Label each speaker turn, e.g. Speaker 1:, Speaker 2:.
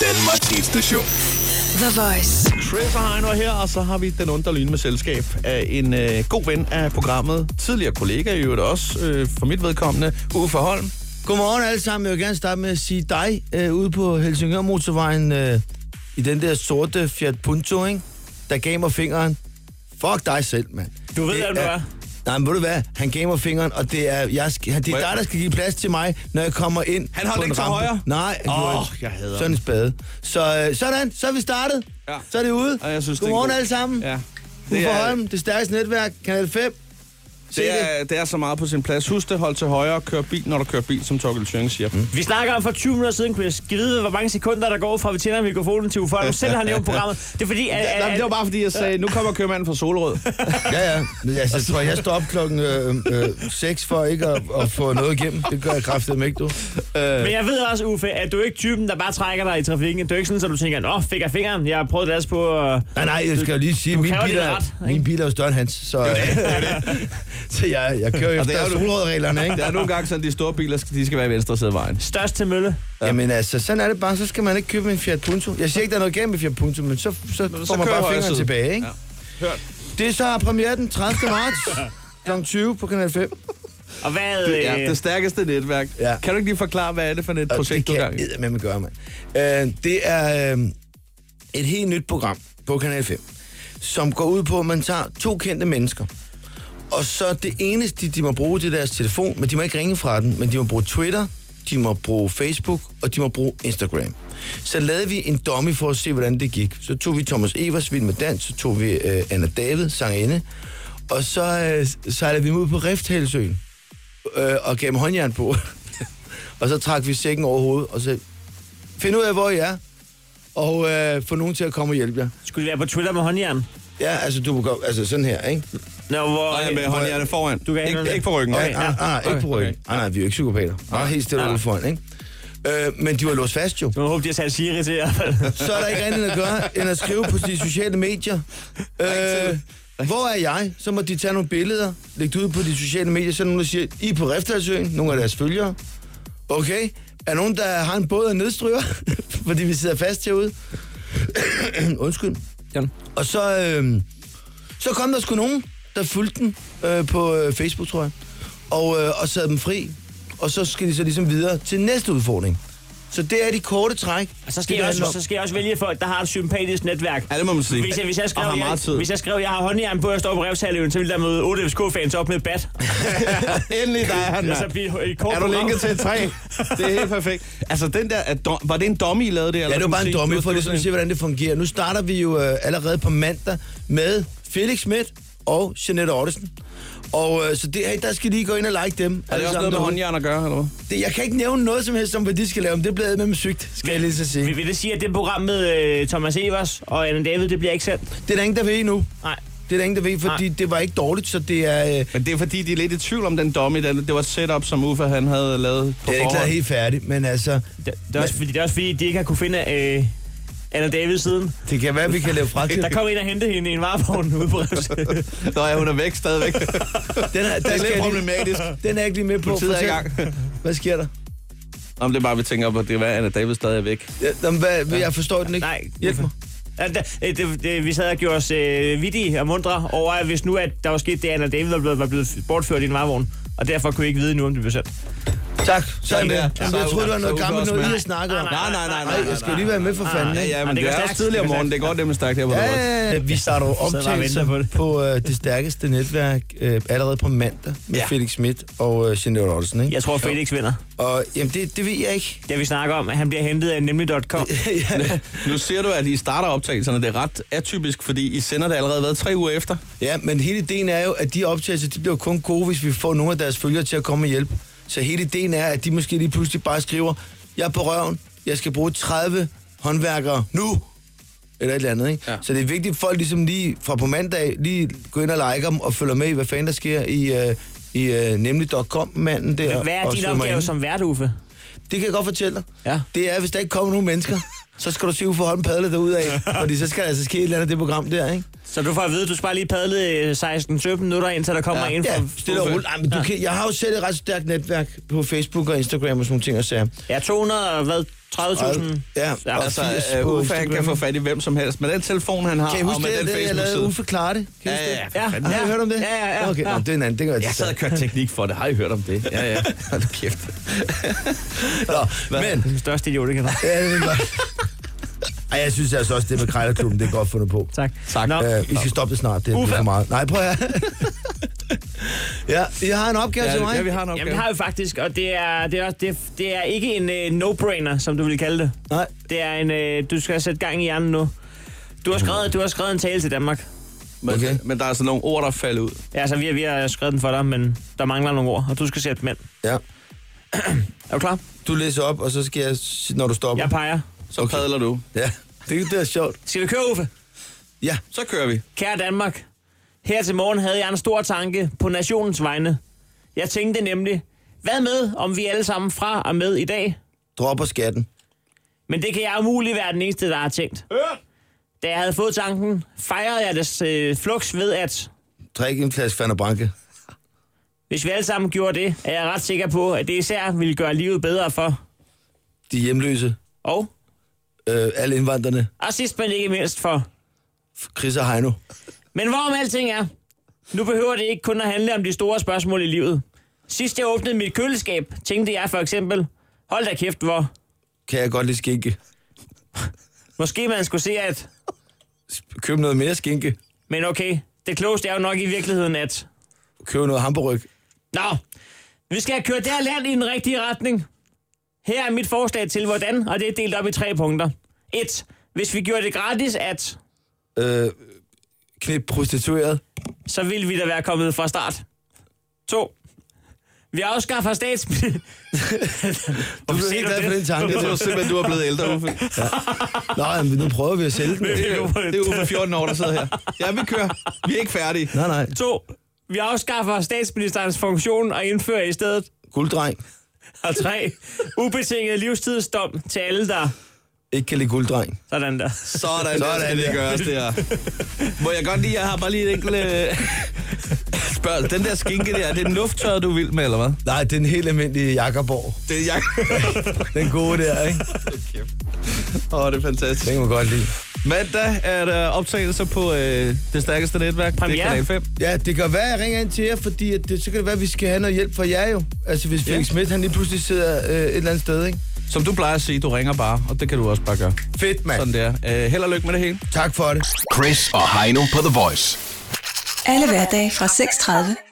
Speaker 1: Danmarks hitstation.
Speaker 2: The Voice.
Speaker 3: Chris og Heino er her, og så har vi den undre lyn med selskab af en øh, god ven af programmet. Tidligere kollega i øvrigt også, øh, for mit vedkommende, Uffe Holm.
Speaker 4: Godmorgen alle sammen. Jeg vil gerne starte med at sige dig øh, ude på Helsingør Motorvejen øh, i den der sorte Fiat Punto, ikke? der gav mig fingeren. Fuck dig selv, mand.
Speaker 3: Du ved, hvem du er.
Speaker 4: Nej, men ved du hvad? Han gav mig fingeren, og det er, jeg, skal- det er
Speaker 3: jeg-
Speaker 4: dig, der skal give plads til mig, når jeg kommer ind.
Speaker 3: Han holdt
Speaker 4: på en
Speaker 3: ikke til
Speaker 4: rampe.
Speaker 3: højre?
Speaker 4: Nej. han gjorde
Speaker 3: Åh,
Speaker 4: ikke.
Speaker 3: jeg hader
Speaker 4: Sådan en spade. Så øh, sådan, så er vi startet.
Speaker 3: Ja.
Speaker 4: Så er det ude.
Speaker 3: Og jeg synes, det er en
Speaker 4: Godmorgen
Speaker 3: god-
Speaker 4: alle sammen.
Speaker 3: Ja.
Speaker 4: Uffe
Speaker 3: Det er-
Speaker 4: Holm, det stærkeste netværk, Kanal 5. Se
Speaker 3: Det er, det er så meget på sin plads. Husk det, hold til højre og kør bil, når du kører bil, som Torkel Thøring siger. Mm.
Speaker 5: Vi snakker om for 20 minutter siden, Chris. Kan vide, hvor mange sekunder, der går fra, vi tænder mikrofonen til Uffe, og selv har nævnt programmet. Det er fordi, at, at,
Speaker 3: Jamen,
Speaker 5: at,
Speaker 3: det var bare fordi, jeg sagde, nu kommer købmanden fra Solrød.
Speaker 4: Ja, ja. Men Altså, jeg tror, jeg står op klokken 6 for ikke at, at få noget igennem. Det gør jeg kraftedeme ikke, du.
Speaker 5: men jeg ved også, Uffe, at du er ikke typen, der bare trækker dig i trafikken. Du er ikke sådan, at du tænker, nå, fik jeg fingeren, jeg har prøvet at lasse på... øh."
Speaker 4: Nej, nej, jeg skal jo lige sige, min
Speaker 5: kan jo
Speaker 4: bil,
Speaker 5: din
Speaker 4: er,
Speaker 5: ret, ikke?
Speaker 4: min bil er jo større end hans, så, så jeg, jeg kører jo
Speaker 3: det er
Speaker 4: efter
Speaker 3: jo-
Speaker 4: solrådreglerne, ikke?
Speaker 3: Der er nogle gange sådan, de store biler, skal- de skal være i venstre side af vejen.
Speaker 5: Størst til mølle.
Speaker 4: Jamen altså, sådan er det bare. Så skal man ikke købe en Fiat Punto. Jeg siger ikke, der er noget galt med Fiat Punto, men så, så får man
Speaker 3: kører
Speaker 4: bare
Speaker 3: højre
Speaker 4: fingeren
Speaker 3: side.
Speaker 4: tilbage, ikke?
Speaker 3: Ja. Hørt.
Speaker 4: Det er så premiere den 30. marts kl. 20 på Kanal 5.
Speaker 5: Og hvad...
Speaker 3: Ja,
Speaker 5: øh,
Speaker 3: det stærkeste netværk. Ja.
Speaker 4: Ja.
Speaker 3: Kan du ikke lige forklare, hvad er det for et
Speaker 4: Og
Speaker 3: projekt, du
Speaker 4: det
Speaker 3: er i
Speaker 4: kan
Speaker 3: gang i?
Speaker 4: jeg med at gøre, mand. Øh, det er øh, et helt nyt program på Kanal 5, som går ud på, at man tager to kendte mennesker, og så det eneste, de må bruge, det er deres telefon, men de må ikke ringe fra den, men de må bruge Twitter, de må bruge Facebook, og de må bruge Instagram. Så lavede vi en dummy for at se, hvordan det gik. Så tog vi Thomas Evers, Vild med Dans, så tog vi øh, Anna David, sangerinde, og så øh, sejlede vi dem ud på Rifthælsøen øh, og gav dem håndjern på. og så trak vi sækken over hovedet og sagde, find ud af, hvor I er, og øh, få nogen til at komme og hjælpe jer.
Speaker 5: Skulle det være på Twitter med håndjern?
Speaker 4: Ja, altså, du må gå, altså sådan her, ikke?
Speaker 5: Nå, hvor...
Speaker 3: Nej, med
Speaker 5: øh,
Speaker 3: håndhjertet foran. Du
Speaker 5: kan ikke-
Speaker 3: ikke, ikke på ryggen.
Speaker 4: Okay,
Speaker 5: Okay,
Speaker 4: nej,
Speaker 5: ja.
Speaker 4: nej, nej, ah, ikke på ryggen. Nej, nej, vi er jo ikke psykopater. Bare helt stille og roligt foran, ikke? Øh, men de var låst fast jo.
Speaker 5: Nu håber de har sat Siri til i hvert fald.
Speaker 4: Så er der ikke andet at gøre, end at skrive på de sociale medier. Øh, hvor er jeg? Så må de tage nogle billeder, lægge det ud på de sociale medier, så er der nogen, der siger, I er på Riftalsøen, nogle af deres følgere. Okay, er nogen, der har en båd og nedstryger, fordi vi sidder fast herude? Undskyld.
Speaker 3: Jan.
Speaker 4: Og så, øh, så kom der sgu nogen, der fulgte den øh, på øh, Facebook, tror jeg, og, øh, og sad dem fri. Og så skal de så ligesom videre til næste udfordring. Så det er de korte træk.
Speaker 5: Og så skal,
Speaker 4: det,
Speaker 5: jeg
Speaker 4: det handler
Speaker 5: også,
Speaker 4: om.
Speaker 5: så skal jeg også vælge folk, der har et sympatisk netværk.
Speaker 3: Ja, det må man sige.
Speaker 5: Hvis jeg, hvis jeg skrev,
Speaker 3: og har meget tid.
Speaker 5: jeg, hvis jeg skrev, jeg har håndjern på, og jeg står på revsaløen, så ville der møde 8 FSK-fans op med bat.
Speaker 3: Endelig der er han,
Speaker 5: Og så
Speaker 3: mand.
Speaker 5: blive et kort
Speaker 3: Altså, Er du
Speaker 5: program.
Speaker 3: linket til et træ? Det er helt perfekt. Altså, den der, er dom- var det en dummy, I lavede det?
Speaker 4: Ja,
Speaker 3: eller
Speaker 4: det var bare en
Speaker 3: sådan
Speaker 4: domme for
Speaker 3: Du-
Speaker 4: ligesom at se, hvordan det fungerer. Nu starter vi jo øh, allerede på mandag med Felix Schmidt og Jeanette Ottesen. Og øh, så det, hey, der skal lige gå ind og like dem.
Speaker 3: Er det også noget med håndjern at gøre, eller hvad?
Speaker 4: det, jeg kan ikke nævne noget som helst om, hvad de skal lave, men det bliver med dem sygt, skal jeg lige så sige.
Speaker 5: Vil, vil det sige, at det program med øh, Thomas Evers og Anna David, det bliver ikke sendt?
Speaker 4: Det er der ingen, der ved endnu.
Speaker 5: Nej.
Speaker 4: Det er der ingen, der ved, fordi det var ikke dårligt, så det er... Øh, det
Speaker 3: Men det er fordi, de er lidt i tvivl om den dummy. Den, det var et setup, som Uffe han havde lavet på
Speaker 4: er ikke
Speaker 3: forhånd.
Speaker 4: klart helt færdigt, men altså...
Speaker 5: Det, det, er også, fordi, det er også fordi, de ikke har kunne finde øh, Anna David siden.
Speaker 4: Det kan være, vi kan lave fraktil.
Speaker 5: Der kom en og hentede hende i en varevogn ude på revsaløen.
Speaker 3: Nå ja, hun er væk stadigvæk. det
Speaker 4: Den er, der
Speaker 3: er
Speaker 4: skal
Speaker 3: lidt
Speaker 4: jeg lige,
Speaker 3: problematisk.
Speaker 4: den er jeg ikke lige med på.
Speaker 3: Politiet er i gang.
Speaker 4: Fortæl. Hvad sker der?
Speaker 3: Nå, men det er bare, vi tænker på, at det er, hvad Anna David stadig er væk.
Speaker 4: Ja, jamen, hvad, hvad- jeg forstår den ikke.
Speaker 5: Nej.
Speaker 4: Hjælp mig.
Speaker 5: Ja, det, det, det, vi sad og gjorde os øh, vittige og mundre over, at hvis nu at der var sket det, at Anna David var blevet, var blevet bortført i en varevogn, og derfor kunne vi ikke vide nu, om det blev sendt.
Speaker 4: Tak. Sådan
Speaker 3: Sådan
Speaker 4: der.
Speaker 3: der.
Speaker 4: Jamen,
Speaker 3: Så er
Speaker 4: jeg troede,
Speaker 3: Uffe-
Speaker 4: det var noget
Speaker 3: så er Uffe
Speaker 4: gammelt
Speaker 3: også
Speaker 4: noget, I
Speaker 3: med.
Speaker 4: har snakket om.
Speaker 5: Nej, nej, nej, nej,
Speaker 4: Nej, jeg skal jo lige være med for fanden,
Speaker 3: Ja,
Speaker 4: ikke?
Speaker 3: ja,
Speaker 5: det
Speaker 3: men det,
Speaker 5: går
Speaker 3: er
Speaker 5: stærkt.
Speaker 3: også tidligere om
Speaker 5: Det går
Speaker 3: morgenen. Det går nemlig stærkt her på ja,
Speaker 4: Øh, Vi starter jo
Speaker 5: og venter
Speaker 4: optagelser
Speaker 5: på
Speaker 4: på,
Speaker 5: det.
Speaker 4: på øh, det stærkeste netværk øh, allerede på mandag med
Speaker 3: Ja.
Speaker 4: ja. Felix Schmidt og øh, Jeanette Ottesen, ikke?
Speaker 5: Jeg tror, Felix vinder.
Speaker 4: Og jamen, det, det ved jeg ikke.
Speaker 5: Det vi snakker om, at han bliver hentet af nemlig.com.
Speaker 3: Nu ser du, at I starter optagelserne. Det er ret atypisk, fordi I sender det allerede hvad, tre uger efter.
Speaker 4: Ja, men hele ideen er jo, at de optagelser, de bliver kun gode, hvis vi får nogle af deres følgere til at komme og hjælpe. Så hele ideen er, at de måske lige pludselig bare skriver, jeg er på røven, jeg skal bruge 30 håndværkere nu, eller et eller andet, ikke?
Speaker 3: Ja.
Speaker 4: Ja. Så det er vigtigt, at folk ligesom lige fra på mandag, lige går ind og liker dem og følger med i, hvad fanden der sker i, øh, i øh, nemlig.com-manden der.
Speaker 5: Hvad er
Speaker 4: og
Speaker 5: din
Speaker 4: svømmer
Speaker 5: opgave
Speaker 4: ind.
Speaker 5: som vært, Uffe?
Speaker 4: Det kan jeg godt fortælle dig.
Speaker 5: Ja.
Speaker 4: Det er, hvis der ikke kommer nogen mennesker, så skal du se, hvor holden padler derudad. Fordi så skal der altså ske et eller andet i det program der, ikke?
Speaker 5: Så du får at vide, at du skal bare lige padle øh, 16-17 minutter, indtil der kommer ja. en fra...
Speaker 4: Ja, stille og roligt. Ej, men du kan, jeg har jo selv et ret stærkt netværk på Facebook og Instagram og sådan nogle ting og sager.
Speaker 5: Ja, 200 og hvad? 30.000?
Speaker 4: Ja,
Speaker 5: ja.
Speaker 4: og
Speaker 3: Altså,
Speaker 5: Altså,
Speaker 4: firs
Speaker 3: øh,
Speaker 4: på
Speaker 3: Uffe, han kan
Speaker 4: Instagram.
Speaker 3: få fat i hvem som helst. Med den telefon, han har,
Speaker 4: Kan I
Speaker 3: og
Speaker 4: huske
Speaker 3: med
Speaker 4: det,
Speaker 3: den
Speaker 4: det, jeg lavede
Speaker 3: Facebook-side.
Speaker 4: Uffe Klare det? Kan I huske
Speaker 3: Ja,
Speaker 4: det?
Speaker 3: ja, for
Speaker 5: Ja.
Speaker 3: fanden.
Speaker 4: Har du hørt om det?
Speaker 5: Ja, ja, ja.
Speaker 4: Okay, nå,
Speaker 5: Ja.
Speaker 4: det er en anden, det gør jeg
Speaker 3: Jeg sad og kørte teknik for det. Har I hørt om det? Ja, ja. Hold kæft.
Speaker 4: Nå,
Speaker 5: Men.
Speaker 4: men...
Speaker 5: Den største idiot, jeg kan være.
Speaker 4: Ja, det er godt. Ej, jeg synes altså også, det med Krejlerklubben, det er godt fundet på.
Speaker 5: Tak.
Speaker 3: Tak.
Speaker 5: Nå,
Speaker 4: Øh, vi skal stoppe det snart, det er
Speaker 3: Uffe.
Speaker 4: for meget. Nej, prøv at høre. ja, jeg har en opgave til mig.
Speaker 3: Ja, vi har en
Speaker 5: Jamen,
Speaker 3: opgave.
Speaker 5: det har vi faktisk, og det er, det er, også- det, det er ikke en øh, no-brainer, som du vil kalde det.
Speaker 4: Nej,
Speaker 5: Det er en, øh, du skal sætte gang i hjernen nu. Du har, skrevet, du har skrevet en tale til Danmark.
Speaker 3: Men,
Speaker 4: Okay.
Speaker 3: men der er altså nogle ord, der falder ud.
Speaker 5: Ja, altså, vi, har- vi har skrevet den for dig, men der mangler nogle ord, og du skal sætte dem ind.
Speaker 4: ja.
Speaker 5: Er du klar?
Speaker 4: Du læser op, og så skal jeg, sige, når du stopper.
Speaker 5: Jeg peger.
Speaker 3: Så okay. padler du.
Speaker 4: Ja, det, det er sjovt.
Speaker 5: Skal vi køre, Uffe?
Speaker 4: Ja,
Speaker 3: Så kører vi.
Speaker 5: Kære Danmark, her til morgen havde jeg en stor tanke på nationens vegne. Jeg tænkte nemlig, hvad med, om vi alle sammen fra og med i dag?
Speaker 4: dropper skatten.
Speaker 5: Men det kan jeg umuligt være den eneste, der har tænkt. Da jeg havde fået tanken, fejrede jeg det øh, flux ved, at
Speaker 4: Drik en flaske Fanta Branke.
Speaker 5: hvis vi alle sammen gjorde det, er jeg ret sikker på, at det især ville gøre livet bedre for.
Speaker 4: De hjemløse,
Speaker 5: Og,
Speaker 4: øh, alle indvandrerne,
Speaker 5: og sidst men ikke mindst for.
Speaker 4: Chris og Heino.
Speaker 5: Men hvorom alting er, nu behøver det ikke kun at handle om de store spørgsmål i livet. Sidst jeg åbnede mit køleskab, tænkte jeg for eksempel, hold da kæft, hvor
Speaker 4: Kan jeg godt lide skinke?
Speaker 5: Måske man skulle se, at...
Speaker 4: Køb noget mere skinke.
Speaker 5: Men okay, det klogeste er jo nok i virkeligheden, at...
Speaker 4: Køb noget hamburg.
Speaker 5: Nå, vi skal have kørt det her land i den rigtige retning. Her er mit forslag til, hvordan, og det er delt op i tre punkter. 1. Hvis vi gjorde det gratis, at...
Speaker 4: Øh, knip prostitueret.
Speaker 5: Så ville vi da være kommet fra start. 2. Vi afskaffer stats... du
Speaker 4: Du blev helt glad for den tanke.
Speaker 3: Det
Speaker 4: Det
Speaker 3: er jo simpelthen, du er blevet ældre, Uffe.
Speaker 4: var- Nå, men nu prøver vi at sælge den.
Speaker 3: Det er, jo, det er Uffe 14 år, der sidder her. Ja, vi kører. Vi er ikke færdige.
Speaker 4: Nej, nej.
Speaker 5: 2. Vi afskaffer statsministerens funktion og indfører i stedet...
Speaker 4: Gulddreng.
Speaker 5: Og 3. Ubetinget livstidsdom til alle, der...
Speaker 4: Ikke kan lide gulddreng.
Speaker 5: Sådan der.
Speaker 3: Sådan, Sådan
Speaker 4: Sådan
Speaker 3: skal det
Speaker 4: der.
Speaker 3: gøres, det her. Må jeg godt lige, jeg har bare lige et enkelt øh, spørg. Den der skinke der, er det en lufttørre, du vil med, eller hvad?
Speaker 4: Nej, det er en helt almindelig Jakobborg.
Speaker 3: Det er jeg.
Speaker 4: Den gode der, ikke?
Speaker 3: Åh, oh, det er fantastisk.
Speaker 4: Den kan man godt lide.
Speaker 3: Mandag er der optagelser på øh, det stærkeste netværk. Det er
Speaker 5: Premiere.
Speaker 3: Kanal 5.
Speaker 4: Ja, det kan være, at jeg ringer ind til jer, fordi at det, så kan det være, at vi skal have noget hjælp fra jer jo. Altså, hvis Felix
Speaker 3: Ja.
Speaker 4: Schmidt, han lige pludselig sidder øh, et eller andet sted, ikke?
Speaker 3: Som du plejer at sige, du ringer bare, og det kan du også bare gøre.
Speaker 4: Fedt, mand.
Speaker 3: Sådan der. Øh, held og lykke med det hele.
Speaker 4: Tak for det.
Speaker 1: Chris og Heino på The Voice.
Speaker 2: Alle hverdage fra 6.30